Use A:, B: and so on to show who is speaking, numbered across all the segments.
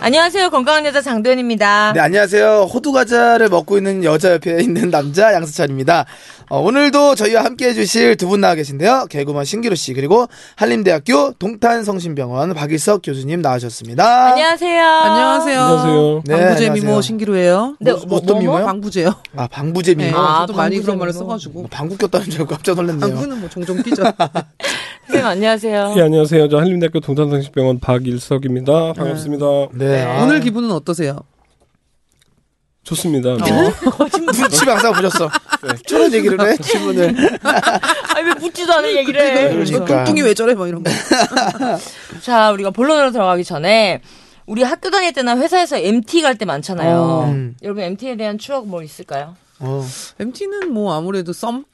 A: 안녕하세요. 건강한 여자 장도연입니다.
B: 네 안녕하세요 호두 과자를 먹고 있는 여자 옆에 있는 남자 양세찬입니다 어, 오늘도 저희와 함께 해주실 두 분 나와 계신데요 개그먼 신기루 씨 그리고 한림대학교 동탄성심병원 박일석 교수님 나와주셨습니다
A: 안녕하세요.
C: 안녕하세요.
D: 안녕하세요.
B: 네,
C: 방부제
B: 안녕하세요.
C: 미모 신기루예요.
B: 네, 뭐, 어떤 미모요?
C: 방부제요.
B: 아 방부제
C: 네,
B: 미모
A: 아,
C: 저도 많이
A: 방부제
C: 그런
A: 미모.
C: 말을
A: 네.
C: 써가지고
B: 방구 꼈다는 줄 알고 깜짝 놀랐네요
C: 방부는 뭐 종종 끼죠.
A: 선생님 안녕하세요.
D: 예, 안녕하세요. 저 한림대학교 동탄상식병원 박일석입니다. 반갑습니다.
B: 네 아,
C: 오늘 기분은 어떠세요?
D: 좋습니다. 네.
B: 어,
C: 그-
B: 눈치 방사 보셨어
C: 네.
B: 저런 얘기를 해 질문을
A: 아니 왜 묻지도 않은 얘기를 해.
B: 그러니까.
C: 뚱뚱이 왜 저래? 막 이런 거.
A: 자 우리가 본론으로 들어가기 전에 우리 학교 다닐 때나 회사에서 MT 갈 때 많잖아요.
C: 어.
B: 음.
A: 여러분 MT에 대한 추억 뭐 있을까요?
B: 어,
C: MT는 뭐 아무래도 썸?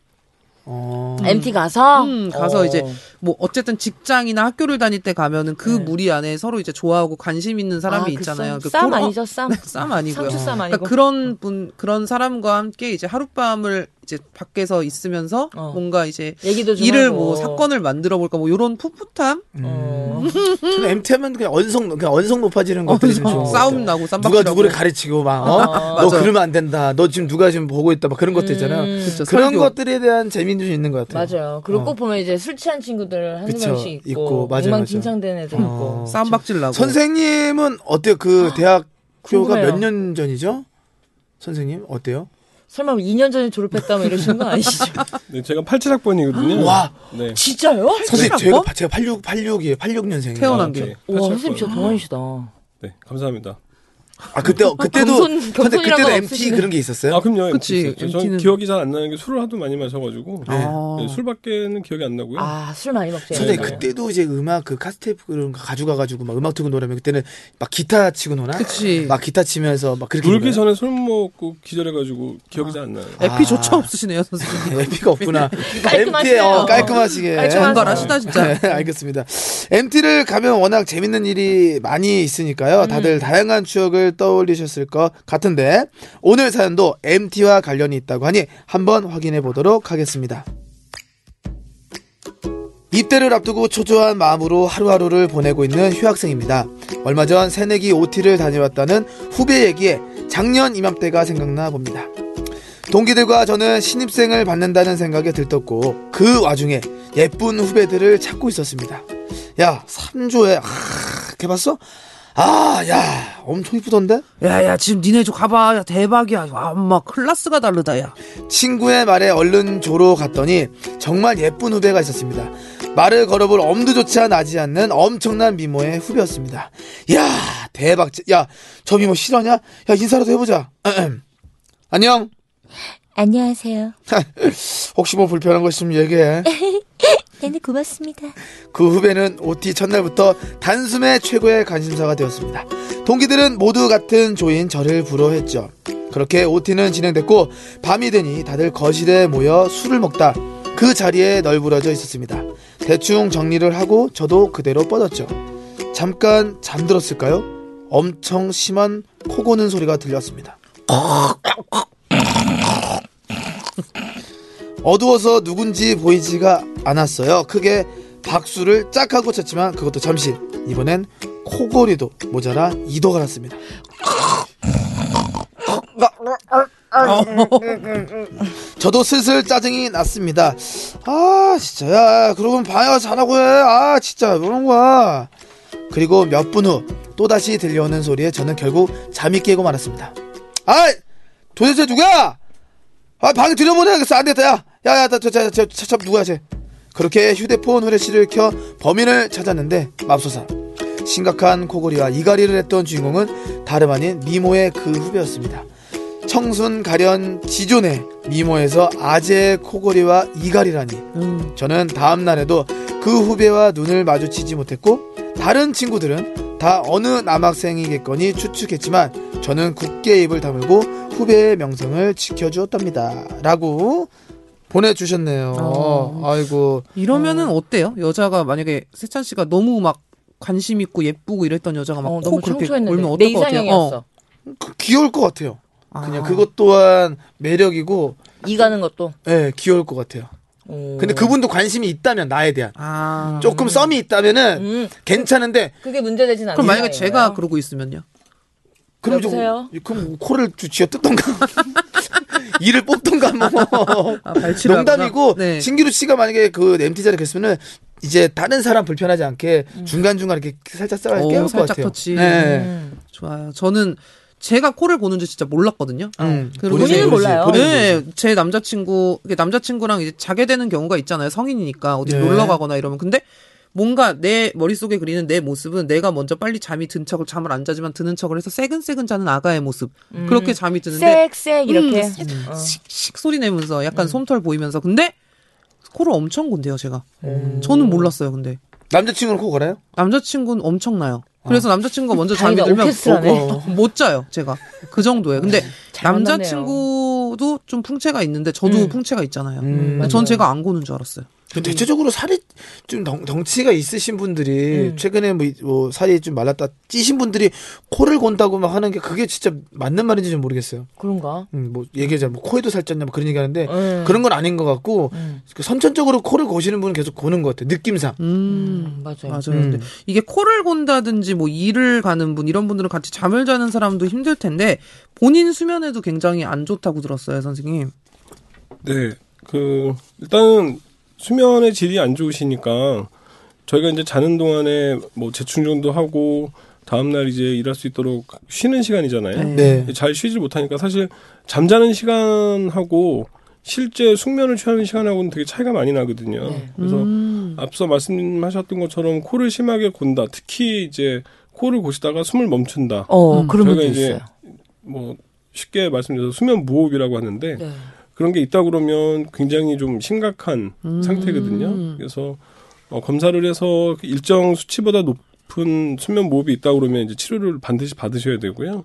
B: 어.
A: MT 가서
C: 음, 가서
A: 어.
C: 이제 뭐 어쨌든 직장이나 학교를 다닐 때 가면은 그 무리 안에 서로 이제 좋아하고 관심 있는 사람이
A: 네. 아, 그
C: 있잖아요.
A: 썸.
C: 그
A: 쌈
C: 그런-
A: 아니죠 쌈.
C: 네, 쌈 아니고요.
A: 상추 쌈
C: 그러니까
A: 아니고.
C: 그런 분 그런 사람과 함께 이제 하룻밤을 이제 밖에서 있으면서
A: 어.
C: 뭔가 이제
A: 얘기도 좀
C: 일을
A: 하고.
C: 뭐 사건을 음. 만들어 볼까 뭐 요런 풋풋함
A: 어.
B: 저는 MT 하면 그냥 언성 그냥 언성 높아지는 것들이 좀 좋은 것
C: 어, 그렇죠. 싸움
B: 같아요.
C: 나고 쌈박
B: 누가 누구를 가르치고 막 너
C: 맞아요. 음,
B: 그러면 안 된다. 너 지금 누가 지금 보고 있다. 막 그런 것도 있잖아요.
C: 그쵸,
B: 그런
C: 설교.
B: 것들에 대한 재미도 있는 것 같아요.
A: 맞아요. 그리고
B: 어.
A: 꼭 보면 이제 술 취한 친구들 한두
B: 그쵸.
A: 명씩 있고,
B: 있고, 맞아요,
A: 엉망진창된 애들
B: 어.
A: 있고.
C: 쌈박질 나고
B: 선생님은 어때요?
C: 아,
B: 그 대학교가
A: 궁금해요.
B: 몇 년 전이죠? 선생님 어때요?
A: 설마 뭐 2년 전에 졸업했다면 뭐 이러신 건 아니시죠?
D: 네, 제가 87학번이거든요.
B: 와.
D: 네.
A: 진짜요?
B: 선생님
C: 학번?
B: 제가, 제가 86 86이에요. 86년생이에요.
C: 태어난 게.
A: 와
D: 87학번. 음.
A: 선생님 진짜 동안이시다. 아
D: 네, 감사합니다.
B: 아 그때 그때도
A: 겸손-
B: 근데
A: 겸손이라고
B: 그때도 MT
A: 없으시네.
B: 그런 게 있었어요?
D: 아, 그럼요.
C: 그치,
D: MT 있었죠. 저는
C: MT 는-
D: 기억이 잘 안 나는 게 술을 하도 많이 마셔가지고.
B: 네.
D: 네, 술밖에는 기억이 안 나고요.
A: 아, 술 많이 네. 먹죠.
D: 네,
B: 선생님
A: 옛날에.
B: 그때도 이제 음악 그 카스테이프 그런 거 가져가가지고 막 음악 듣고 노래면 그때는 막 기타 치고 노나?
C: 그치.
B: 막 기타 치면서 막 그렇게
D: 놀기
B: 놀아요?
D: 전에 술 먹고 기절해가지고 기억이 잘 안 나요.
B: 아.
C: 아, 에피조차 없으시네요 선생님.
B: MT가 없구나. MT에
A: 깔끔하시네요.
B: 어, 깔끔하시게.
A: 깔끔하세요.
C: 번갈아시다, 진짜.
B: 네, 알겠습니다. MT를 가면 워낙 재밌는 일이 많이
A: 음.
B: 있으니까요. 다들 다양한 추억을 떠올리셨을 것 같은데 오늘 사연도 MT와 관련이 있다고 하니 한번 확인해 보도록 하겠습니다. 입대를 앞두고 초조한 마음으로 하루하루를 보내고 있는 휴학생입니다. 얼마 전 새내기 OT를 다녀왔다는 후배 얘기에 작년 이맘때가 생각나 봅니다. 동기들과 저는 신입생을 받는다는 생각에 들떴고 그 와중에 예쁜 후배들을 찾고 있었습니다. 야, 3조에 아, 걔 봤어? 아, 야, 엄청 이쁘던데?
C: 야야 지금 니네 저 가봐 야, 대박이야. 와 엄마 클라스가 다르다 야.
B: 친구의 말에 얼른 조로 갔더니 정말 예쁜 후배가 있었습니다. 말을 걸어볼 엄두조차 나지 않는 엄청난 미모의 후배였습니다. 야 대박! 야, 저 미모 실화냐? 야, 인사라도 해보자. 안녕.
E: 안녕하세요.
B: 혹시 뭐 불편한 거 있으면 얘기해.
E: 네, 네, 고맙습니다.
B: 그 후배는 OT 첫날부터 단숨에 최고의 관심사가 되었습니다. 동기들은 모두 같은 조인 저를 부러워했죠. 그렇게 OT는 진행됐고 밤이 되니 다들 거실에 모여 술을 먹다 그 자리에 널브러져 있었습니다. 대충 정리를 하고 저도 그대로 뻗었죠. 잠깐 잠들었을까요? 엄청 심한 코 고는 소리가 들렸습니다. 어두워서 누군지 보이지가 않았어요. 크게 박수를 짝 하고 쳤지만 그것도 잠시. 이번엔 코골이도 모자라 이도가 났습니다. 저도 슬슬 짜증이 났습니다. 아 진짜 야 그러면 봐야 잘하고 해아 진짜 이런 거야. 그리고 몇 분 후 또다시 들려오는 소리에 저는 결국 잠이 깨고 말았습니다. 아이 도대체 누구야? 아, 방에 들여보내야겠어. 안 되겠다, 야. 야, 야, 나, 저, 저, 저, 저, 참, 누구야, 쟤. 그렇게 휴대폰 후레쉬를 켜 범인을 찾았는데, 맙소사. 심각한 코골이와 이갈이를 했던 주인공은 다름 아닌 미모의 그 후배였습니다. 청순 가련 지존의 미모에서 아재 코골이와 이갈이라니
C: 음.
B: 저는 다음 날에도 그 후배와 눈을 마주치지 못했고 다른 친구들은 다 어느 남학생이겠거니 추측했지만 저는 굳게 입을 다물고 후배의 명성을 지켜주었답니다. 라고 보내주셨네요.
C: 어.
B: 아이고
C: 이러면은 어때요? 여자가 만약에 세찬 씨가 너무 막 관심 있고 예쁘고 이랬던 여자가 막
A: 어,
C: 코
A: 너무
C: 그렇게
A: 청초했는데
C: 울면 어떨
A: 내
C: 것 같아요?
A: 이상형이었어.
C: 어.
B: 그- 귀여울 것 같아요. 그냥
C: 아.
B: 그것 또한 매력이고
A: 이 가는 것도.
B: 예, 귀여울 것 같아요.
A: 오.
B: 근데 그분도 관심이 있다면 나에 대한
C: 네. 아.
B: 조금 썸이 있다면은
A: 음.
B: 괜찮은데
A: 그게 문제되진 네. 않아요.
C: 그럼 만약에 제가 그러고 있으면요?
B: 그럼
A: 여보세요?
B: 좀 그럼 코를 쥐어 뜯던가 이를 뽑던가 뭐
C: 아, 발치를
B: 농담이고
C: 하구나. 네.
B: 신기루 씨가 만약에 그 MT 자리 갔으면은 이제 다른 사람 불편하지 않게 중간 중간 이렇게 살짝 싸게
C: 음. 오,
B: 깨울 것
C: 살짝
B: 같아요.
C: 터치. 음.
B: 네.
C: 좋아요. 저는 제가 코를 보는지 진짜 몰랐거든요.
B: 음,
C: 그리고
B: 본인이
A: 본인은
B: 모르지,
A: 몰라요.
B: 본인은 모르지.
C: 네, 제 남자친구, 이게 남자친구랑 이제 자게 되는 경우가 있잖아요. 성인이니까 어디
B: 네.
C: 놀러 가거나 이러면. 근데 뭔가 내 머릿속에 그리는 내 모습은 내가 먼저 빨리 잠이 든 척을 잠을 안 자지만 드는 척을 해서 새근새근 자는 아가의 모습.
A: 음.
C: 그렇게 잠이 드는데
A: 섹섹 이렇게. 어.
C: 씩 소리 내면서 약간
A: 음.
C: 솜털 보이면서. 근데 코를 엄청 곤대요, 제가.
A: 음.
C: 저는 몰랐어요, 근데.
B: 남자친구는 코 걸어요?
C: 남자친구는 엄청나요. 그래서 남자친구가 먼저 잠이
A: 다행이다,
C: 들면
A: 오케스트라네.
C: 어, 어, 못 자요, 제가. 그 정도예요. 근데
A: 잘 만났네요.
C: 남자친구도 좀 풍채가 있는데 저도 풍채가 있잖아요. 그러니까
B: 음.
C: 전 제가 안 고는 줄 알았어요.
B: 근데 그 대체적으로 살이 좀 덩, 덩치가 있으신
C: 음.
B: 분들이 최근에 뭐, 이- 뭐 살이 좀 말랐다 찌신 분들이 코를 곤다고 막 하는 게 그게 진짜 맞는 말인지 좀 모르겠어요.
A: 그런가?
B: 음, 뭐 얘기하자면 뭐 코에도 살쪘냐 뭐 그런 얘기하는데
A: 음.
B: 그런 건 아닌 것 같고 그 선천적으로 코를 고시는 분은 계속 고는 것 같아요. 느낌상.
C: 음.
A: 음, 맞아요.
C: 맞아요. 근데
B: 음.
C: 이게 코를 곤다든지 뭐 이를 가는 분 이런 분들은 같이 잠을 자는 사람도 힘들 텐데 본인 수면에도 굉장히 안 좋다고 들었어요, 선생님.
D: 네. 그 일단은 수면의 질이 안 좋으시니까 저희가 이제 자는 동안에 뭐 재충전도 하고 다음 날 이제 일할 수 있도록 쉬는 시간이잖아요.
B: 네.
D: 잘 쉬질 못하니까 사실 잠자는 시간하고 실제 숙면을 취하는 시간하고는 되게 차이가 많이 나거든요. 그래서 앞서 말씀하셨던 것처럼 코를 심하게 곤다. 특히 이제 코를 고시다가 숨을 멈춘다.
A: 어, 그런
D: 저희가
A: 분도
D: 이제
A: 있어요.
D: 뭐 쉽게 말씀드려서 수면 무호흡이라고 하는데
A: 네.
D: 그런 게 있다 그러면 굉장히 좀 심각한 상태거든요. 그래서 어, 검사를 해서 그 일정 수치보다 높은 수면 무호흡이 있다 그러면 이제 치료를 반드시 받으셔야 되고요.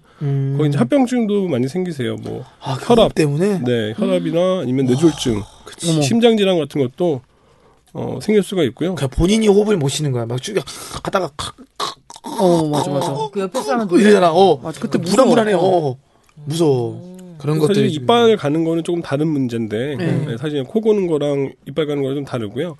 D: 거기 이제 합병증도 많이 생기세요. 뭐
B: 아, 혈압
D: 혈압,
B: 때문에
D: 네, 혈압이나 아니면 뇌졸중,
C: 어머.
D: 심장 질환 같은 것도 어, 생길 수가 있고요.
B: 그냥 본인이 호흡을 못 쉬는 거야. 막 죽여 하다가 칵
C: 어, 맞아 맞아.
A: 어, 그 옆에 사람은
B: 이러잖아. 어.
C: 맞아.
B: 그때
C: 그때
B: 불안불안해.
C: 무서워.
B: 어. 무서워. 그런
D: 사실
B: 것들이 좀-
D: 이빨 가는 거는 조금 다른 문제인데
C: 네.
D: 네, 사실 코 고는 거랑 이빨 가는 거랑 좀 다르고요.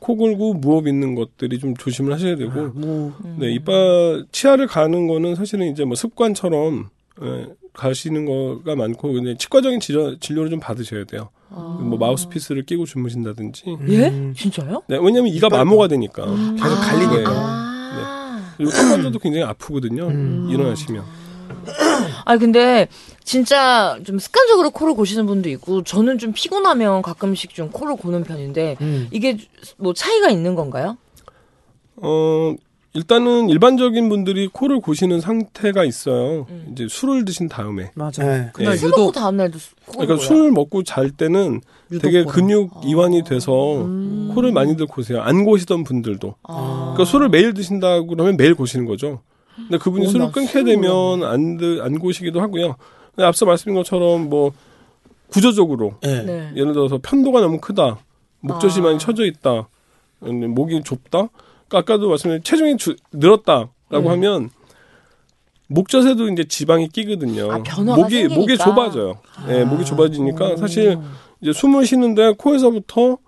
D: 코 골고 무호흡 있는 것들이 좀 조심을 하셔야 되고
C: 뭐
D: 네, 이빨 치아를 가는 거는 사실은 이제 뭐 습관처럼 예, 가시는 거가 많고 근데 치과적인 진료, 진료를 좀 받으셔야 돼요.
C: 아.
D: 뭐 마우스피스를 끼고 주무신다든지.
A: 예? 진짜요?
D: 네, 왜냐면 이가 마모가 되니까
C: 음.
D: 계속 갈리게 해요.
A: 아.
D: 그리고 콧관절도 굉장히 아프거든요.
C: 음.
D: 일어나시면.
A: 아니 근데 진짜 좀 습관적으로 코를 고시는 분도 있고 저는 좀 피곤하면 가끔씩 좀 코를 고는 편인데
B: 음.
A: 이게 뭐 차이가 있는 건가요?
D: 어, 일단은 일반적인 분들이 코를 고시는 상태가 있어요. 이제 술을 드신 다음에.
C: 맞아.
B: 네.
C: 그날
D: 예.
A: 술 먹고
C: 유독
A: 다음 날도 수- 코를
D: 그러니까
A: 골아요?
D: 술 먹고 잘 때는
C: 유독
D: 되게
C: 골아.
D: 근육 이완이 돼서 코를 많이들 고세요. 안 고시던 분들도. 그러니까 술을 매일 드신다고 그러면 매일 고시는 거죠. 근데 그분이
A: 오,
D: 술을
A: 나
D: 끊게 되면 안, 드, 안 고시기도 하고요. 근데 앞서 말씀드린 것처럼 뭐 구조적으로
B: 네.
A: 네.
D: 예를 들어서 편도가 너무 크다. 목젖이 많이 처져 있다. 아니면 목이 좁다. 그러니까 아까도 말씀드린 체중이 주- 늘었다라고 하면 목젖에도 이제 지방이 끼거든요.
A: 아, 변화가
D: 목이 목이
A: 생기니까.
D: 좁아져요. 예, 목이 좁아지니까 사실 이제 숨을 쉬는데 코에서부터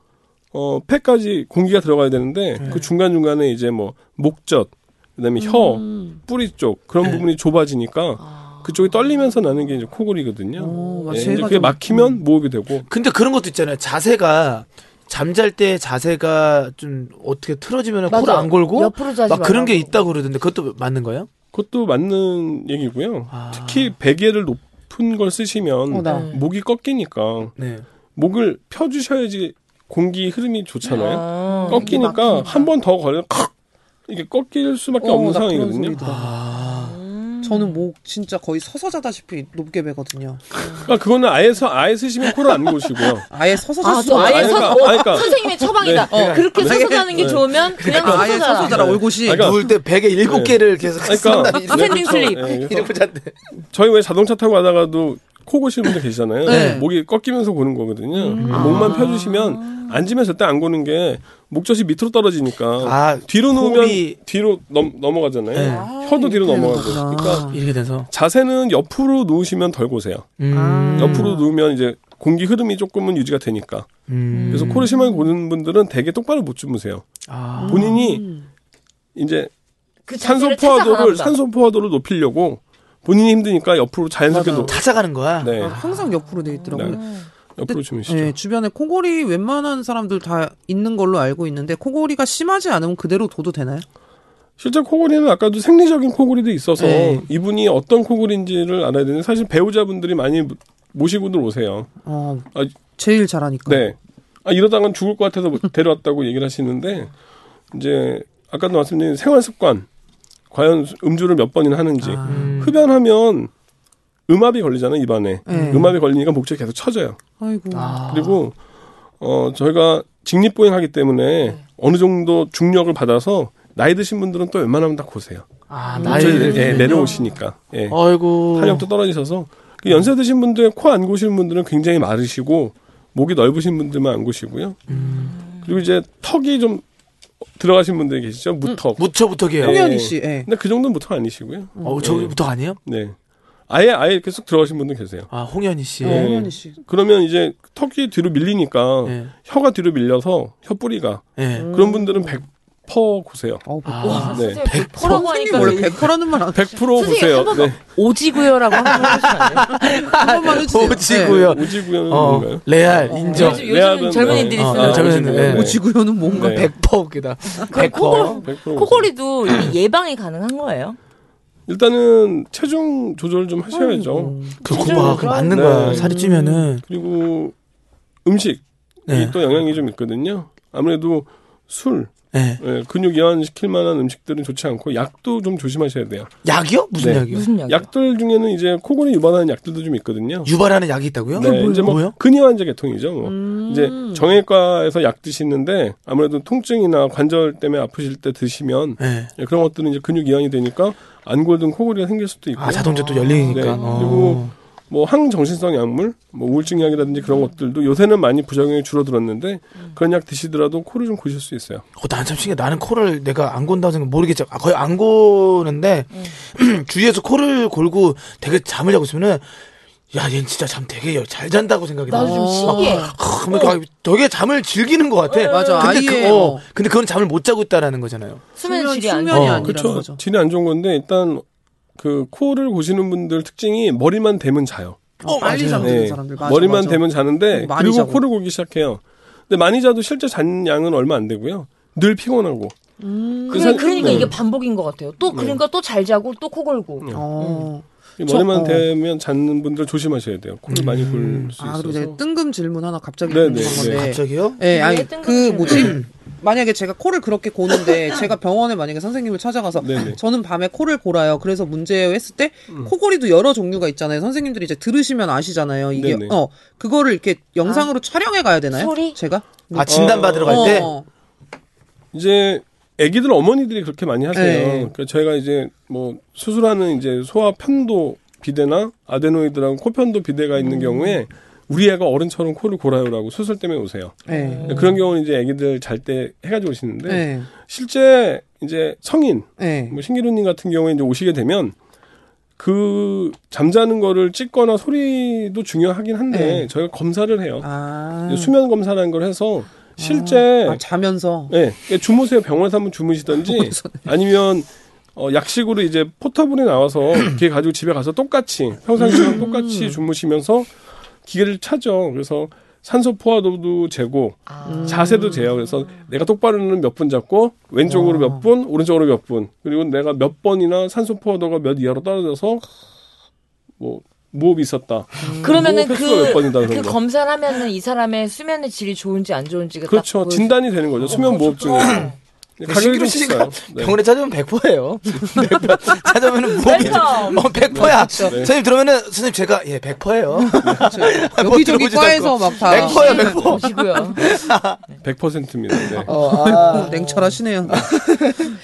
D: 어 폐까지 공기가 들어가야 되는데 그 중간 중간에 이제 뭐 목젖 그다음에 혀 뿌리 쪽 그런 부분이 좁아지니까 그쪽이 떨리면서 나는 게 이제 코골이거든요.
C: 오, 맞아.
D: 예, 이제
C: 제가
D: 그게
C: 좀-
D: 막히면 모흡이 되고
B: 근데 그런 것도 있잖아요. 자세가 잠잘 때 자세가 좀 어떻게 틀어지면
A: 맞아.
B: 코를 안 골고
A: 옆으로 자지
B: 막 그런 게
A: 말라고.
B: 있다고 그러던데 그것도 맞는 거예요?
D: 그것도 맞는 얘기고요. 특히 베개를 높은 걸 쓰시면
C: 어, 나.
D: 목이 꺾이니까
B: 네.
D: 목을 펴 주셔야지 공기 흐름이 좋잖아요.
A: 아.
D: 꺾이니까 한 번 더 걸려 칵 이게 꺾일 수밖에
C: 어,
D: 없는
C: 나 그런
D: 상황이거든요.
C: 소리도.
B: 아.
C: 저는 목 진짜 거의 서서 자다시피 높게 베거든요.
D: 아, 그거는 아예, 서, 아예 쓰시면 코를 안 고시고요.
C: 아예 서서
A: 아,
C: 자서
A: 또 아예
D: 아니,
A: 서
D: 그러니까,
A: 어,
D: 아니, 그러니까.
A: 선생님의 처방이다. 어, 그렇게 서서 자는 게 좋으면 그냥
C: 아,
A: 서서
C: 아예 서서
A: 자라.
C: 자라 올곳이
D: 아니, 그러니까-
B: 누울 때 베개 일곱
D: 네.
B: 개를 계속
D: 그러니까.
B: 쓴다.
D: 네,
A: 스탠딩
D: 그렇죠.
A: 슬립.
D: 네, 그래서
B: 이러고 잤대.
D: 저희 왜 자동차 타고 가다가도 코 고시는 분들 계시잖아요.
C: 네. 음. 아.
D: 목이 꺾이면서 고는 거거든요. 목만 펴주시면 앉으면 절대 안 고는 게 목젖이 밑으로 떨어지니까
B: 아,
D: 뒤로 누우면
B: 콜이-
D: 뒤로 넘, 넘어가잖아요.
B: 네.
D: 혀도 뒤로
C: 이렇게
D: 넘어가고.
C: 되는구나.
D: 그러니까
B: 이렇게 돼서.
D: 자세는 옆으로 누우시면 덜 고세요.
B: 음.
D: 옆으로 누우면 이제 공기 흐름이 조금은 유지가 되니까.
B: 음.
D: 그래서 코를 심하게 고는 분들은 되게 똑바로 못 주무세요.
B: 아.
D: 본인이 이제
A: 그
D: 산소
A: 자세를
D: 포화도를
A: 찾아가는구나.
D: 산소 포화도를 높이려고 본인이 힘드니까 옆으로 자연스럽게
C: 맞아요.
D: 높.
B: 찾아가는 거야.
D: 네.
C: 아, 항상 옆으로 돼 있더라고요.
D: 네. 옆으로 주무시죠.
C: 네, 주변에 코골이 웬만한 사람들 다 있는 걸로 알고 있는데 코골이가 심하지 않으면 그대로 둬도 되나요?
D: 실제 코골이는 아까도 생리적인 코골이도 있어서
C: 네.
D: 이분이 어떤 코골인지를 알아야 되는데 사실 배우자분들이 많이 모시고들 오세요.
C: 어,
D: 아,
C: 제일 잘하니까.
D: 네. 아, 이러다간 죽을 것 같아서 데려왔다고 얘기를 하시는데 이제 아까도 말씀드린 생활 습관 과연 음주를 몇 번이나 하는지 흡연하면 음압이 걸리잖아요 입안에
C: 네.
D: 음압이 걸리니까 목젖이 계속 처져요.
C: 아이고.
D: 그리고 어 저희가 직립보행하기 때문에 어느 정도 중력을 받아서 나이 드신 분들은 또 웬만하면 다 고세요.
B: 아,
D: 저희
B: 나이를. 어,
D: 예, 내려오시니까 예.
B: 아이고.
D: 탄력도 떨어지셔서 그 연세 드신 분들 코 안 고시는 분들은 굉장히 마르시고 목이 넓으신 분들만 안 고시고요.
C: 음.
D: 그리고 이제 턱이 좀 들어가신 분들이 계시죠 무턱.
B: 무초부터게요.
D: 예.
C: 홍현희 씨, 예. 음.
D: 근데 그 정도는 무턱 아니시고요.
B: 어, 저기 무턱 아니에요?
D: 네. 아예 아예 이렇게 쑥 들어가신 분들 계세요.
B: 아, 홍현희 씨.
D: 예.
C: 네, 홍현희 씨. 네.
D: 그러면 이제 턱이 뒤로 밀리니까
B: 예.
D: 혀가 뒤로 밀려서 혀 뿌리가
B: 예.
D: 그런 분들은 100% 고세요.
C: 어, 백-
B: 아.
A: 와, 선생님
C: 어, 선생님
A: 백퍼라고 하니까
C: 원래
A: 왜-
C: 100%라는 말 안,
D: 100%
A: 선생님
D: 고세요.
A: 한 번만
D: 네.
A: 오지구요라고 한번 해주시면 안 돼요?
C: 한 번만 해주세요.
B: 오지구요.
D: 네. 오지구요는
B: 어,
D: 뭔가요?
B: 레알, 인정.
A: 요즘,
D: 레아는
A: 요즘 젊은이들이
D: 뭐-
B: 어,
A: 쓰는
B: 아, 젊은이들,
D: 오지구요.
B: 예.
C: 네. 오지구요는 뭔가
D: 네.
C: 백-
B: 100% 웃기다.
A: 그
B: 100%.
A: 코골,
D: 100% 고세요.
A: 코골이도 이 예방이 가능한 거예요?
D: 일단은 체중 조절 좀 하셔야죠.
A: 음.
B: 그렇구만. 그 맞는
D: 네.
B: 거야. 살이 찌면은.
D: 그리고 음식이
B: 네.
D: 또 영향이 좀 있거든요. 아무래도 술,
B: 네.
D: 예, 근육 이완 시킬 만한 음식들은 좋지 않고 약도 좀 조심하셔야 돼요.
B: 약이요? 무슨
D: 네.
B: 약이요?
A: 무슨 약이요?
D: 약들 중에는 이제 코골이 유발하는 약들도 좀 있거든요.
B: 유발하는 약이 있다고요?
D: 이제 뭐
B: 아, 뭐예요? 음.
D: 근이완제 계통이죠. 뭐. 이제 정형외과에서 약 드시는데 아무래도 통증이나 관절 때문에 아프실 때 드시면
B: 예.
D: 예, 그런 것들은 이제 근육 이완이 되니까 안 골든 코골이가 생길 수도 있고
B: 아, 자동차 또 열리니까.
D: 네.
B: 어.
D: 그리고 뭐 항정신성 약물, 뭐 우울증 약이라든지 그런 것들도 요새는 많이 부작용이 줄어들었는데 그런 약 드시더라도 코를 좀 고실 수 있어요.
B: 어, 난참 신기해. 나는 코를 내가 안 곤다고 생각 모르겠죠. 아, 거의 안 고는데, 주위에서 코를 골고 되게 잠을 자고 있으면은, 야, 얘는 진짜 잠 되게 여- 잘 잔다고 생각이
A: 나도 좀
B: 나요.
A: 신기해.
B: 아, 그러니까 되게 잠을 즐기는 것 같아.
C: 맞아.
B: 근데,
C: 아예
B: 그, 어,
C: 뭐.
B: 근데 그건 잠을 못 자고 있다라는 거잖아요.
A: 수면 질이 안
C: 수면이
A: 좋아.
B: 어,
C: 아니라는
D: 그렇죠.
C: 거죠.
D: 질이 안 좋은 건데 일단 그 코를 고시는 분들 특징이 머리만 대면 자요.
B: 어,
C: 빨리
B: 맞아요.
C: 잠드는
D: 예.
C: 사람들 맞아,
D: 머리만
C: 맞아. 어,
D: 대면 자는데
C: 많이
D: 그리고
C: 자고.
D: 코를 고기 시작해요. 근데 많이 자도 실제 잔 양은 얼마 안 되고요. 늘 피곤하고.
C: 음.
A: 그래, 그러니까
D: 네.
A: 이게 반복인 것 같아요. 또 그러니까 또 잘 자고 또 코골고.
C: 어.
D: 머리만
C: 어.
D: 대면 자는 분들 조심하셔야 돼요. 코를 많이 골 수
C: 아, 그리고
D: 있어서.
C: 이제 뜬금 질문 하나 갑자기
D: 네,
C: 궁금한
D: 네,
C: 건데.
D: 네.
B: 갑자기요?
C: 예,
A: 왜
C: 아니 그
A: 뜬금없이 음.
C: 뭐지? 만약에 제가 코를 그렇게 고는데 제가 병원에 만약에 선생님을 찾아가서
D: 네네.
C: 저는 밤에 코를 골아요. 그래서 문제예요 했을 때 코골이도 여러 종류가 있잖아요. 선생님들이 이제 들으시면 아시잖아요. 이게
D: 네네.
C: 어 그거를 이렇게 영상으로
A: 아.
C: 촬영해 가야 되나요?
E: 소리?
C: 제가
B: 아, 진단받으러 갈 때?
C: 어,
D: 이제 아기들 어머니들이 그렇게 많이 하세요.
C: 네.
D: 그러니까 저희가 이제 뭐 수술하는 이제 소아 편도 비대나 아데노이드랑 코편도 비대가 있는
C: 음.
D: 경우에 우리 애가 어른처럼 코를 골아요라고 수술 때문에 오세요. 그러니까
C: 네.
D: 그런 경우는 이제 아기들 잘 때 해가지고 오시는데
C: 네.
D: 실제 이제 성인
C: 네.
D: 뭐 신기루님 같은 경우에 이제 오시게 되면 그 잠자는 거를 찍거나 소리도 중요하긴 한데
C: 네.
D: 저희가 검사를 해요.
C: 아,
D: 이제 수면 검사라는 걸 해서 실제
C: 아, 자면서
D: 예, 예, 주무세요. 병원에서 한번 주무시던지 아니면 어, 약식으로 이제 포터블이 나와서 기계 가지고 집에 가서 똑같이 평상시랑
A: 음.
D: 똑같이 주무시면서 기계를 차죠. 그래서 산소 포화도도 재고
A: 아.
D: 자세도 재요. 그래서 내가 똑바로는 몇 분 잡고 왼쪽으로
A: 어.
D: 몇 분, 오른쪽으로 몇 분. 그리고 내가 몇 번이나 산소 포화도가 몇 이하로 떨어져서 뭐 무호흡이 있었다.
A: 음. 그러면은
D: 뭐 횟수가 몇 번이다
A: 그, 그
D: 그런 거.
A: 검사를 하면은 이 사람의 수면의 질이 좋은지 안 좋은지가 딱
D: 그렇죠.
A: 보여줘요. 어,
D: 진단이 되는 거죠. 수면 무호흡 중에.
A: 그
D: 가격이 좀
B: 10kg씩이니까
D: 비싸요. 네.
B: 병원에 찾으면 100%예요. 100% 찾으면 무겁이
A: 백퍼.
B: 어, 100%야.
D: 네.
C: 진짜.
B: 선생님 들어면은 선생님 제가 예, 100%예요.
A: 그렇죠.
C: 여기저기 과에서 막다
B: 100%예요,
A: 네.
B: 100%.
A: 보시고요.
D: 100%입니다. 네.
B: 어, 아.
C: 냉철하시네요.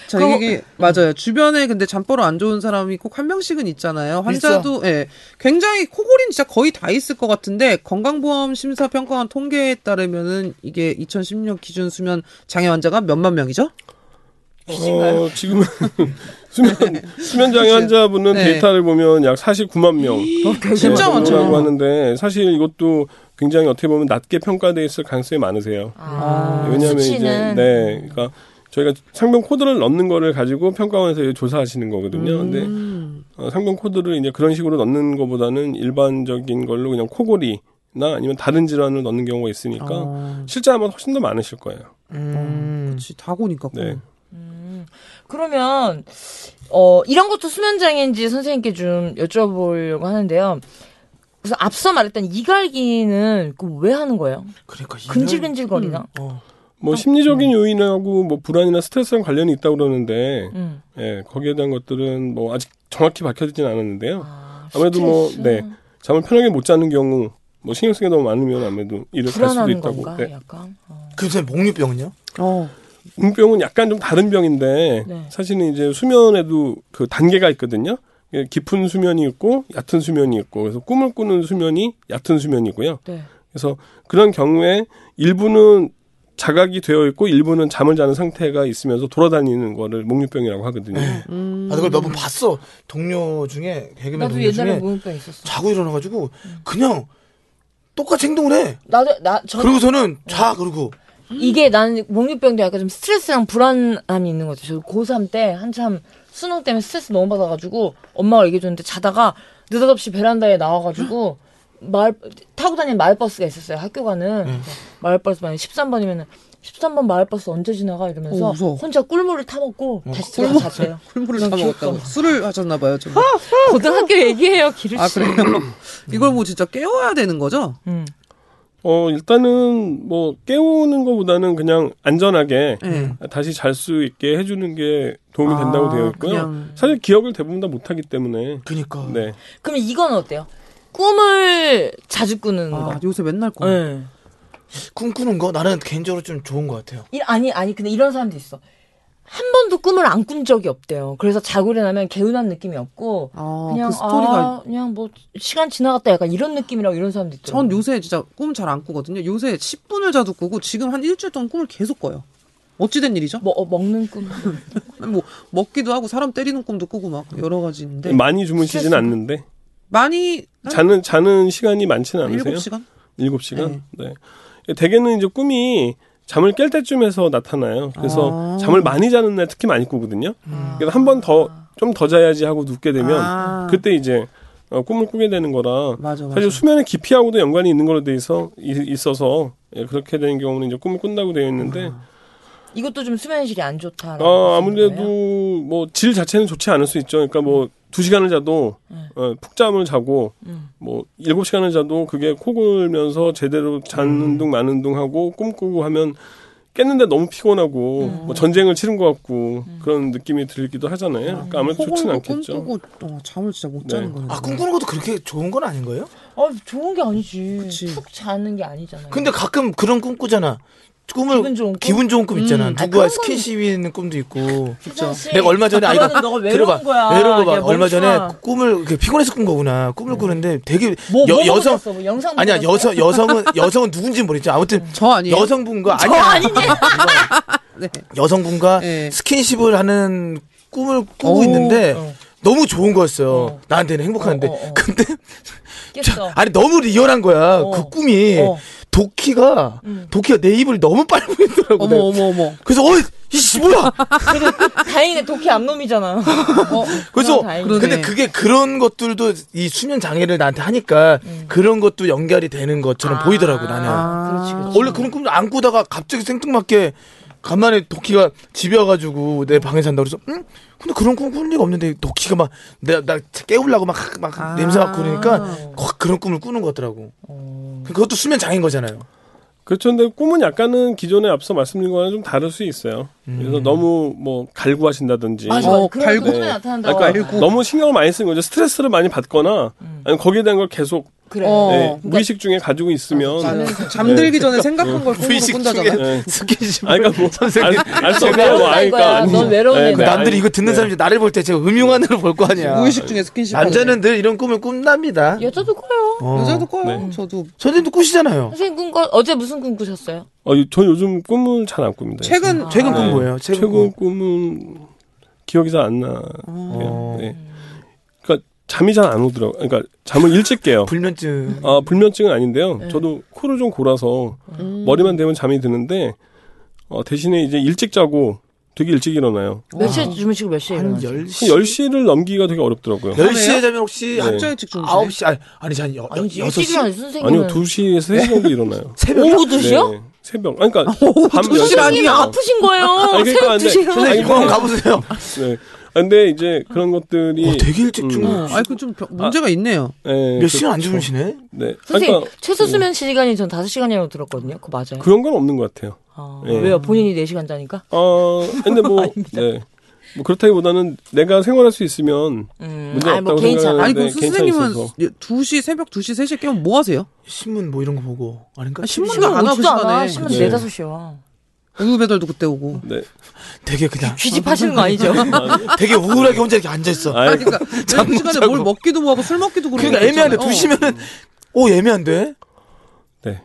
C: 자, 이게 맞아요. 주변에 근데 잠버릇 안 좋은 사람이 꼭 한 명씩은 있잖아요. 환자도 예. 굉장히 코골이는 진짜 거의 다 있을 것 같은데 건강보험 심사 평가원 통계에 따르면은 이게 2016 기준 수면 장애 환자가 몇만 명이죠?
D: 어, 지금은 수면 수면 장애 환자분은
C: 네. 어,
D: 데이터를 보면 약 49만 명.
C: 아,
D: 네,
C: 진짜
D: 정도라고
C: 많죠.
D: 하는데 사실 이것도 굉장히 어떻게 보면 낮게 평가돼 있을 가능성이 많으세요.
A: 아,
D: 왜냐하면 이제
A: 수치는
D: 네, 그러니까 저희가 상병 코드를 넣는 거를 가지고 평가원에서 이제 조사하시는 거거든요. 근데
C: 음.
D: 어, 상병 코드를 이제 그런 식으로 넣는 것보다는 일반적인 걸로 그냥 코골이나 아니면 다른 질환을 넣는 경우가 있으니까
C: 아,
D: 실제 아마 훨씬 더 많으실 거예요.
F: 음.
C: 그렇지. 다 고니까.
D: 네.
C: 꼭.
A: 그러면 어 이런 것도 수면 장애인지 선생님께 좀 여쭤보려고 하는데요. 우선 앞서 말했던 이갈기는 그왜 하는 거예요?
B: 그러니까 이런-
A: 근질근질거리나?
B: 어.
D: 뭐
A: 음.
D: 심리적인 요인하고 뭐 불안이나 스트레스랑 관련이 있다고 그러는데
A: 음.
D: 예, 거기에 대한 것들은 뭐 아직 정확히 밝혀지진 않았는데요.
A: 아,
D: 아무래도 뭐
A: 스트레스.
D: 네. 잠을 편하게 못 자는 경우 뭐 신경 쓰게 너무 많으면 아무래도 일을 갈 수도
A: 불안한
D: 있다고.
A: 건가?
D: 네.
A: 약간. 어.
B: 그 선생님 목류병은요?
C: 어.
D: 운병은 약간 좀 다른 병인데
A: 네.
D: 사실은 이제 수면에도 그 단계가 있거든요. 예, 깊은 수면이 있고 얕은 수면이 있고 그래서 꿈을 꾸는 수면이 얕은 수면이고요.
A: 네.
D: 그래서 그런 경우에 일부는 자각이 되어 있고 일부는 잠을 자는 상태가 있으면서 돌아다니는 거를 목류병이라고 하거든요.
A: 네.
C: 음.
B: 아, 그걸 몇 번 봤어. 동료 중에 개그맨
A: 나도
B: 동료
A: 옛날에 뭐-
B: 중에
A: 목욕병 있었어.
B: 자고 일어나가지고 그냥 똑같이 행동을 해.
A: 나도 나 저,
B: 그러고서는 자 그러고
A: 이게 난 목류병도 약간 좀 스트레스랑 불안함이 있는 거죠. 저 고3 때 한참 수능 때문에 스트레스 너무 받아가지고 엄마가 얘기해줬는데 자다가 느닷없이 베란다에 나와가지고 마을 타고 다니는 마을버스가 있었어요. 학교 가는
C: 네.
A: 그래서 마을버스 만약 13번이면은 13번 마을버스 언제 지나가 이러면서
C: 어, 무서워.
A: 혼자 꿀물을 타먹고 다시 들어가 잤대요.
C: 꿀물을 다 먹었다고. 술을 하셨나 아, 봐요, 좀.
A: 고등학교 얘기해요, 기루 씨.
C: 아, 그래요. 이걸 뭐 진짜 깨워야 되는 거죠?
A: 음.
D: 어, 일단은 뭐 깨우는 것보다는 그냥 안전하게
C: 네.
D: 다시 잘 수 있게 해주는 게 도움이 된다고
C: 아,
D: 되어 있고요.
C: 그냥.
D: 사실 기억을 대부분 다 못하기 때문에
B: 그니까
D: 네.
A: 그럼 이건 어때요? 꿈을 자주 꾸는
C: 아,
A: 거.
C: 요새 맨날 거.
A: 예.
B: 꿈꾸는 거 나는 개인적으로 좀 좋은 것 같아요.
A: 이- 아니 아니 근데 이런 사람도 있어. 한 번도 꿈을 안 꾼 적이 없대요. 그래서 자고 일어나면 개운한 느낌이 없고
B: 어,
C: 아,
A: 그냥
C: 그 스토리가
A: 아, 그냥 뭐 시간 지나갔다 약간 이런 느낌이라고 이런 사람도 있더라고.
C: 전 요새 진짜 꿈 잘 안 꾸거든요. 요새 10분을 자도 꾸고 지금 한 일주일 동안 꿈을 계속 꿔요. 어찌된 일이죠?
A: 뭐, 어, 먹는 꿈.
C: 아니, 뭐 먹기도 하고 사람 때리는 꿈도 꾸고 막 여러 가지 있는데
D: 많이 주무시진
A: 스트레스.
D: 않는데
C: 많이 한
D: 자는 자는 시간이 많지는 않으세요?
C: 7시간?
D: 일곱 시간 네. 대개는 이제 꿈이 잠을 깰 때쯤에서 나타나요. 그래서
C: 아. 음.
D: 잠을 많이 자는 날 특히 많이 꾸거든요. 그래서 한 번 더 좀 더 자야지 하고 눕게 되면
C: 아.
D: 그때 이제 어, 꿈을 꾸게 되는 거라
C: 맞아, 맞아.
D: 사실 수면의 깊이하고도 연관이 있는 걸로 돼 있어 이- 있어서 예, 그렇게 되는 경우는 이제 꿈을 꾼다고 되어 있는데
C: 아.
A: 이것도 좀 수면실이 안 좋다.
D: 아, 아무래도 뭐 질 자체는 좋지 않을 수 있죠. 그러니까 뭐 두 시간을 자도 어, 푹잠을 자고 뭐 일곱 시간을 자도 그게 코골면서 제대로 자는 둥 마는 둥 하고 꿈꾸고 하면 깼는데 너무 피곤하고 뭐 전쟁을 치른 것 같고 그런 느낌이 들기도 하잖아요. 그러니까 아무래도 좋지는
C: 코골고
D: 않겠죠.
C: 음. 꿈꾸고 어, 잠을 진짜 못
D: 네.
C: 자는 거네.
A: 음.
B: 아 꿈꾸는 것도 그렇게 좋은 건 아닌 거예요?
A: 아, 좋은 게 아니지.
C: 그치.
A: 푹 자는 게 아니잖아요.
B: 근데 가끔 그런 꿈 꾸잖아. 꿈을
A: 기분 좋은 꿈?
B: 있잖아.
A: 음. 아,
B: 누구와
A: 그런 건-
B: 스킨십이 있는 꿈도 있고.
A: 세상 씨,
B: 그렇죠. 내가 얼마 전에 아이가
A: 그거는 너가 외로운 거야.
B: 외로운 거
A: 야,
B: 봐. 얼마 전에
A: 멈춰라.
B: 꿈을 그 피곤해서 꾼 거구나. 꿈을 꾸는데 되게
A: 뭐,
B: 여,
A: 뭐
B: 여성
A: 먹었어? 뭐 영상
B: 아니야
A: 먹었어? 음.
B: 여성 여성은 여성은 누군지 모르겠지. 아무튼
C: 저 아니에요.
B: 여성분과 아니야
C: 네.
B: 여성분과
C: 네.
B: 스킨십을 하는 꿈을 꾸고
C: 오,
B: 있는데
A: 예. 어.
B: 너무 좋은 거였어요.
A: 어.
B: 나한테는 행복한데.
A: 어, 어, 어.
B: 근데
A: 깼어.
B: 아니 너무 리얼한 거야.
A: 어.
B: 그 꿈이
A: 어.
B: 도끼가 도끼가 내 입을 너무 빨고 있더라고.
C: 어머 어머 어머.
B: 그래서 어이 이씨 뭐야.
A: 다행이네. 도끼 암놈이잖아. 어,
B: 그래서
A: 다행이네.
C: 그러네.
B: 근데 그게 그런 것들도 이 수면 장애를 나한테 하니까 그런 것도 연결이 되는 것처럼 보이더라고 나는.
D: 아,
A: 그렇지, 그렇지.
B: 원래 그런 꿈을 안 꾸다가 갑자기 생뚱맞게 간만에 도끼가 집에 와가지고 내 방에 산다 그래서 응? 근데 그런 꿈 꿀 리가 없는데 도끼가 막 나 나 깨우려고 막 막 냄새 맡고 그러니까 확 그런 꿈을 꾸는 것 같더라고. 그것도 수면 장애인 거잖아요.
D: 그렇죠. 근데 꿈은 약간은 기존에 앞서 말씀드린 거랑 좀 다를 수 있어요. 그래서 너무 뭐 갈구하신다든지.
A: 맞아,
C: 어,
A: 그런 게
C: 갈고.
A: 꿈에 나타난다.
D: 그러니까 너무 신경을 많이 쓰는 거죠. 스트레스를 많이 받거나 아니면 거기에 대한 걸 계속
A: 그래.
C: 어.
D: 네,
A: 그러니까-
D: 무의식 중에 가지고 있으면
C: 아, 그 잠들기 전에 생각한 걸 꿈으로
B: 무의식
C: 꾼다잖아요.
D: 네.
B: 스킨십.
D: 아니, 그러니까 뭐,
B: 선생님.
D: 알- 알수 없는 거
A: 외로운 아이가
D: 아니까.
A: 넌 외로운
D: 네,
A: 애다.
B: 그 남들이 이거 듣는
D: 네.
B: 사람이 나를 볼 때 제가 음흉한으로 볼 거 아니야.
C: 네. 무의식 중에 스킨십.
B: 남자는 늘 이런 꿈을 꾼답니다.
A: 여자도 커요.
B: 어.
C: 여자도 꿔요.
D: 네.
C: 저도
B: 선생님도 꾸시잖아요.
A: 선생님 꿈꿔 어제 무슨 꿈 꾸셨어요?
D: 어, 전 요즘 꿈은 잘 안 꿉니다.
C: 최근
B: 최근
D: 네.
B: 꿈 뭐예요? 최근,
D: 최근
B: 꿈.
D: 꿈은 기억이 잘 안 나.
B: 어.
D: 네. 그러니까 잠이 잘 안 오더라고. 그러니까 잠을 일찍 깨요.
B: 불면증.
D: 아 불면증은 아닌데요.
A: 네.
D: 저도 코를 좀 골아서
A: 음.
D: 머리만 대면 잠이 드는데 어, 대신에 이제 일찍 자고 되게 일찍 일어나요.
A: 몇 시에 주무시고 몇 시에
B: 한
A: 일어나세요?
B: 10시.
D: 한 네. 10시를 넘기기가 되게 어렵더라고요.
B: 10시에 자면 혹시 한
C: 갑자기 집중.
B: 9시 아니 아니 한 여,
A: 아니
B: 여,
A: 일찍
B: 6시
A: 일어나요 선생님.
D: 아니요, 2시에서 3시 정도 일어나요.
B: 새벽
A: 오후 2시요? 어,
D: 네, 새벽. 아니, 그러니까 밤 어,
C: 두시
D: 10시
C: 아니야.
A: 선생님
D: 요
A: 아프신 거예요.
D: 아니, 그러니까
A: 새벽
D: 안 돼.
A: 2시요.
D: 아니,
B: 선생님 병원 가보세요.
D: 네. 아, 근데 이제 그런 것들이
B: 와, 어, 되게 일찍
D: 음.
B: 주무.
C: 어, 아니 그좀 문제가 있네요.
D: 예,
B: 몇
D: 그-
B: 시간 안 주무시네?
D: 네. 아,
A: 선생님
D: 그러니까
A: 최소 수면 시간이 전 5시간이라고 들었거든요. 그거 맞아요?
D: 그런 건 없는 것 같아요.
A: 아,
D: 예.
A: 왜요? 본인이 4시간 자니까?
D: 어, 근데 뭐, 네. 뭐 그렇다기보다는 내가 생활할 수 있으면
A: 음.
D: 문제
A: 아니 뭐
D: 없다고
A: 개인 차.
D: 생각하는데
C: 아니 그럼
D: 네, 괜찮으셔서.
C: 선생님은 예, 2시 새벽 2시 3시에 깨면 뭐 하세요?
B: 신문 뭐 이런 거 보고 아닌가?
C: 아, 신문
A: 신문
C: 안 하고
A: 오지도 않아.
C: 시간에.
A: 신문
D: 네.
A: 4, 5시야. 와
C: 우유 배달도 그때 오고.
D: 네.
B: 되게 그냥
A: 귀집하시는 거 아니죠?
B: 되게 우울하게 혼자 이렇게 앉아 있어.
D: 아,
C: 아니 그러니까
B: 잠못
C: 그 시간에
B: 자고.
C: 뭘 먹기도 뭐하고 술 먹기도 그러고.
D: 그렇죠.
B: 그러니까 애매한데
C: 그랬잖아요.
B: 2시면은 오 애매한데?
D: 네.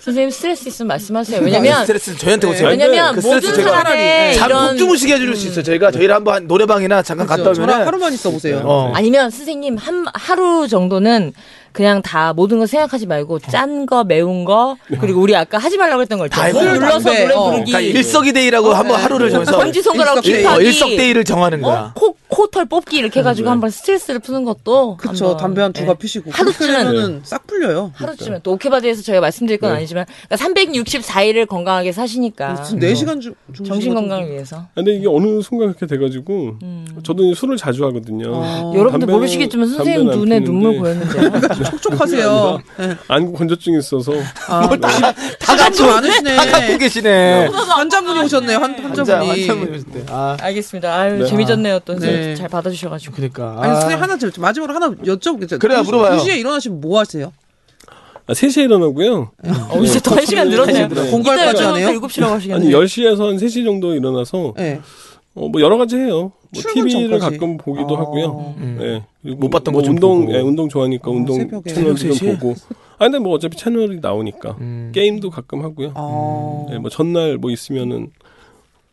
A: 선생님 스트레스 있으면 말씀하세요.
B: 아,
A: 왜냐면
B: 스트레스는 저한테 오세요.
A: 왜냐면
B: 그
A: 모든
B: 스트레스 제가
A: 사람의
B: 잠푹
A: 이런
B: 주무시게 해줄 수 있어요. 저희가 저희를 한번 노래방이나 잠깐
C: 네, 음.
B: 갔다
C: 그렇죠.
B: 오면은
C: 저랑 하루만 있어 보세요.
D: 네.
B: 어.
A: 아니면 선생님 한 하루 정도는 그냥 다 모든 거 생각하지
B: 어.
A: 말고 짠 거 매운 거 그리고 우리 아까 하지 말라고 했던 거
B: 네. 다
A: 있잖아요.
B: 해봐.
A: 술 눌러서
C: 담배,
A: 노래
C: 어.
A: 부르기
B: 그러니까 일석이대이라고 한번
C: 네.
B: 하루를 정해서
A: 번지 손가락
C: 일석-
B: 일-
A: 기
B: 어,
A: 파
B: 일석대일을 정하는
C: 어?
B: 거야. 네,
A: 코코털 뽑기 이렇게 해가지고 한번 스트레스를 푸는 것도
C: 그쵸
A: 한번,
C: 담배 한
A: 예.
C: 두갑 피시고.
A: 하루
C: 그렇게 되면은 싹 풀려요.
A: 하루쯤에 또 오케바디에서 저희가 말씀드릴
B: 네.
A: 건 아니지만 그러니까 364일을 건강하게 사시니까
C: 지금 4시간 주
A: 아. 정신 건강을 위해서
D: 근데 이게 어느 순간 그렇게 돼가지고 저도 이제 술을 자주 하거든요.
C: 어.
A: 음. 아. 여러분들
D: 담배는-
A: 모르시겠지만 선생님
D: 담배는 안
A: 눈에
D: 피우는데
A: 눈물 보였는데
C: 그러니까 촉촉하세요.
D: 안구 건조증이 있어서
C: 아,
B: 다 갖고
C: 좀 많으시네.
B: 다 갖고 계시네.
C: 환자분이 오셨네요. 한,
B: 환자
C: 환자분이.
B: 환자 분이실 때. 아
A: 알겠습니다 아유
D: 네.
A: 재미졌네요 또
C: 네.
A: 잘 받아주셔가지고
B: 그러니까.
C: 아니 선생님 하나 들- 마지막으로 하나 여쭤볼게요.
B: 그래요,
C: 두 시-
B: 물어봐요.
C: 두 시에 일어나시면 뭐 하세요?
D: 아, 3시에 일어나고요.
A: 어, 이제 또 한 시간 늘었네요
C: 공갈까지 예, 하네요?
A: 7시라고
D: 아니,
A: 하시겠네요
D: 10시에서 한 3시 정도 일어나서
C: 예.
D: 어, 뭐 여러 가지 해요. 뭐
C: 출근
D: TV를
C: 전까지.
D: 가끔 보기도
C: 아.
D: 하고요.
B: 음.
D: 예. 그리고
B: 못 봤던
D: 뭐
B: 거좀
D: 운동,
B: 보고.
D: 예, 운동 좋아하니까 운동
C: 새벽에.
D: 채널 좀
B: 새벽 3시 에?
D: 보고. 아, 근데 뭐 어차피 채널이 나오니까.
B: 음.
D: 게임도 가끔 하고요.
C: 어.
D: 예, 뭐 전날 뭐 있으면은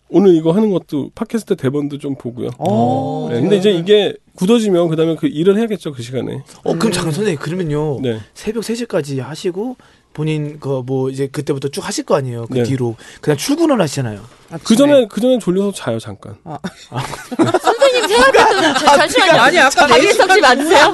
D: 오늘 이거 하는 것도 팟캐스트 대본도 좀 보고요.
C: 어.
D: 예, 근데 이제 이게 굳어지면 그다음에 그 일을 해야겠죠 그 시간에.
B: 어 그럼 잠깐 선생님 그러면요.
D: 네.
B: 새벽 3시까지 하시고 본인 그 뭐 이제 그때부터 쭉 하실 거 아니에요. 그
D: 네.
B: 뒤로 그냥 출근을 하시잖아요.
C: 아침에.
B: 그렇죠.
D: 그 전에 그 전에 졸려서 자요 잠깐.
C: 아,
A: 선생님 생각했던 잠시만요
C: 아니 아까
A: 박일섭 씨 맞으세요?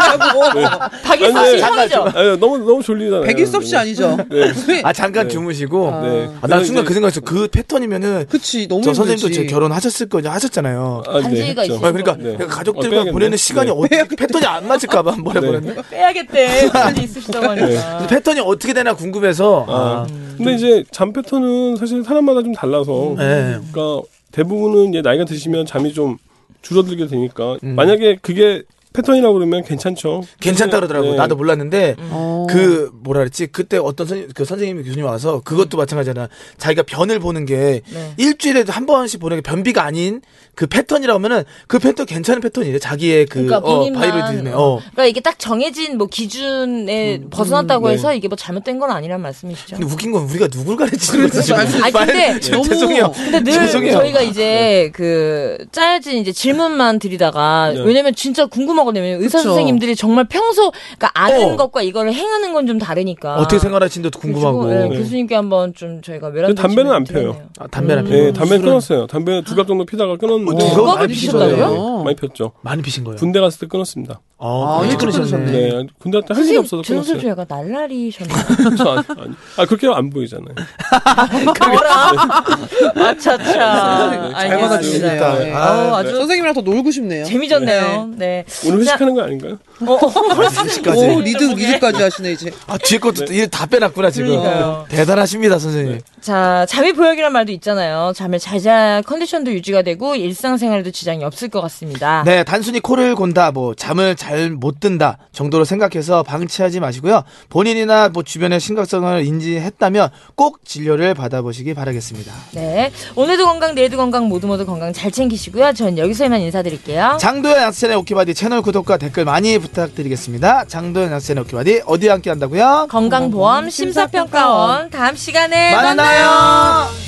B: 네.
A: 박일섭 씨
D: 아니,
A: 형이죠?
D: 아, 너무 너무 졸리잖아요.
C: 뭐 백일섭 씨 아니죠?
D: 네.
C: 선생님,
B: 아 잠깐
D: 네.
B: 주무시고.
D: 네.
B: 아, 난 순간
D: 그래서
B: 그 생각했어. 그 패턴이면은
C: 그치 너무
B: 저
C: 힘들지.
B: 선생님도 제 결혼하셨을 거냐 하셨잖아요.
D: 아,
A: 반지가
D: 했죠.
B: 아, 그러니까
D: 네. 어,
B: 가족들과
D: 빼야겠네.
B: 보내는 시간이
D: 네.
B: 어떻게 패턴이 안 맞을까봐 뭐라
D: 네.
B: 그랬네.
A: 빼야겠대 빨리 있으시다고 하니까
B: 패턴이 어떻게 되나 궁금해서.
D: 아,
B: 아.
D: 네. 근데 이제 잠 패턴은 사실 사람마다 좀 달라서.
A: 음.
B: 네.
D: 그러니까 대부분은 이제 나이가 드시면 잠이 좀 줄어들게 되니까
B: 음.
D: 만약에 그게 패턴이라고 그러면 괜찮죠.
B: 괜찮다 그러더라고.
D: 네.
B: 나도 몰랐는데
A: 음.
C: 어.
B: 그 뭐라 그랬지? 그때 어떤 선, 그 선생님이 교수님 와서 그것도 마찬가지잖아. 자기가 변을 보는 게
A: 네.
B: 일주일에도 한 번씩 보는 게 변비가 아닌 그 패턴이라 하면은 그 패턴 괜찮은 패턴이래. 자기의 그
A: 그러니까
B: 어,
A: 본인만
B: 바이로디즘에. 어.
A: 그러니까 이게 딱 정해진 뭐 기준에 벗어났다고
D: 네.
A: 해서 이게 뭐 잘못된 건 아니란 말씀이시죠?
B: 근데 웃긴 건 우리가 누굴 가르치는 거지?
C: 아니,
B: 지금.
A: 아니,
B: 말-
A: 근데
B: 저-
C: 너무-
B: 죄송해요.
A: 근데 늘 저희가 이제 그 짜여진 이제 질문만 드리다가
D: 네.
A: 왜냐면 진짜 궁금하거든요. 왜냐면 의사
C: 그쵸.
A: 선생님들이 정말 평소 그러니까
B: 어.
A: 아는 것과 이거를 행하는 건 좀 다르니까
B: 어떻게 생활하시는지도 궁금하고.
A: 그래서, 예,
D: 네.
A: 교수님께 한번 좀 저희가 외란
D: 담배는 안 펴요.
B: 아, 담배나
A: 음.
B: 피고.
D: 예, 담배 끊었어요. 담배 두 갑 정도 피다가 끊었는데 네,
B: 어, 그거
A: 그거
B: 많이
A: 피셨다고요?
B: 피셨다고요?
D: 많이 폈죠.
B: 많이 피신 거예요. 어,
D: 군대 갔을 때 끊었습니다.
G: 아,
C: 일찍 끊으셨네.
D: 네. 군대 때 할 일이 없어서
A: 준수 씨
D: 끊었어요.
A: 약간 날라리셨네.
D: 아니, 아니. 아, 그렇게 하면 안 보이잖아요.
A: 그거라. 아, 아차차.
D: 네,
C: 잘 받아주시네요.
B: 알겠습니다.
C: 예.
B: 아,
A: 어, 아주
C: 선생님이랑 더 놀고 싶네요.
A: 재미졌네요. 네.
D: 오늘 회식하는 거 아닌가요?
A: 어, 어,
B: 아직까지.
C: 오 리드 리드까지 하시네 이제.
G: 아, 뒤에 것도 일다 빼놨구나, 지금.
A: 그러니까요.
G: 대단하십니다, 선생님.
A: 자, 잠이 보약이란 말도 있잖아요. 잠을 잘 자야 컨디션도 유지가 되고 일상생활에도 지장이 없을 것 같습니다.
B: 네, 단순히 코를 곤다, 뭐 잠을 잘 못 든다 정도로 생각해서 방치하지 마시고요. 본인이나 뭐 주변의 심각성을 인지했다면 꼭 진료를 받아보시기 바라겠습니다.
A: 네. 오늘도 건강, 내일도 건강, 모두 모두 건강 잘 챙기시고요. 전 여기서만 인사드릴게요.
B: 장도연 양세찬의 오키바디 채널 구독과 댓글 많이 부탁드리겠습니다. 장도연 양세찬의 오키바디 어디에 함께 한다고요?
A: 네, 건강보험 심사평가원 다음 시간에
B: 만나요.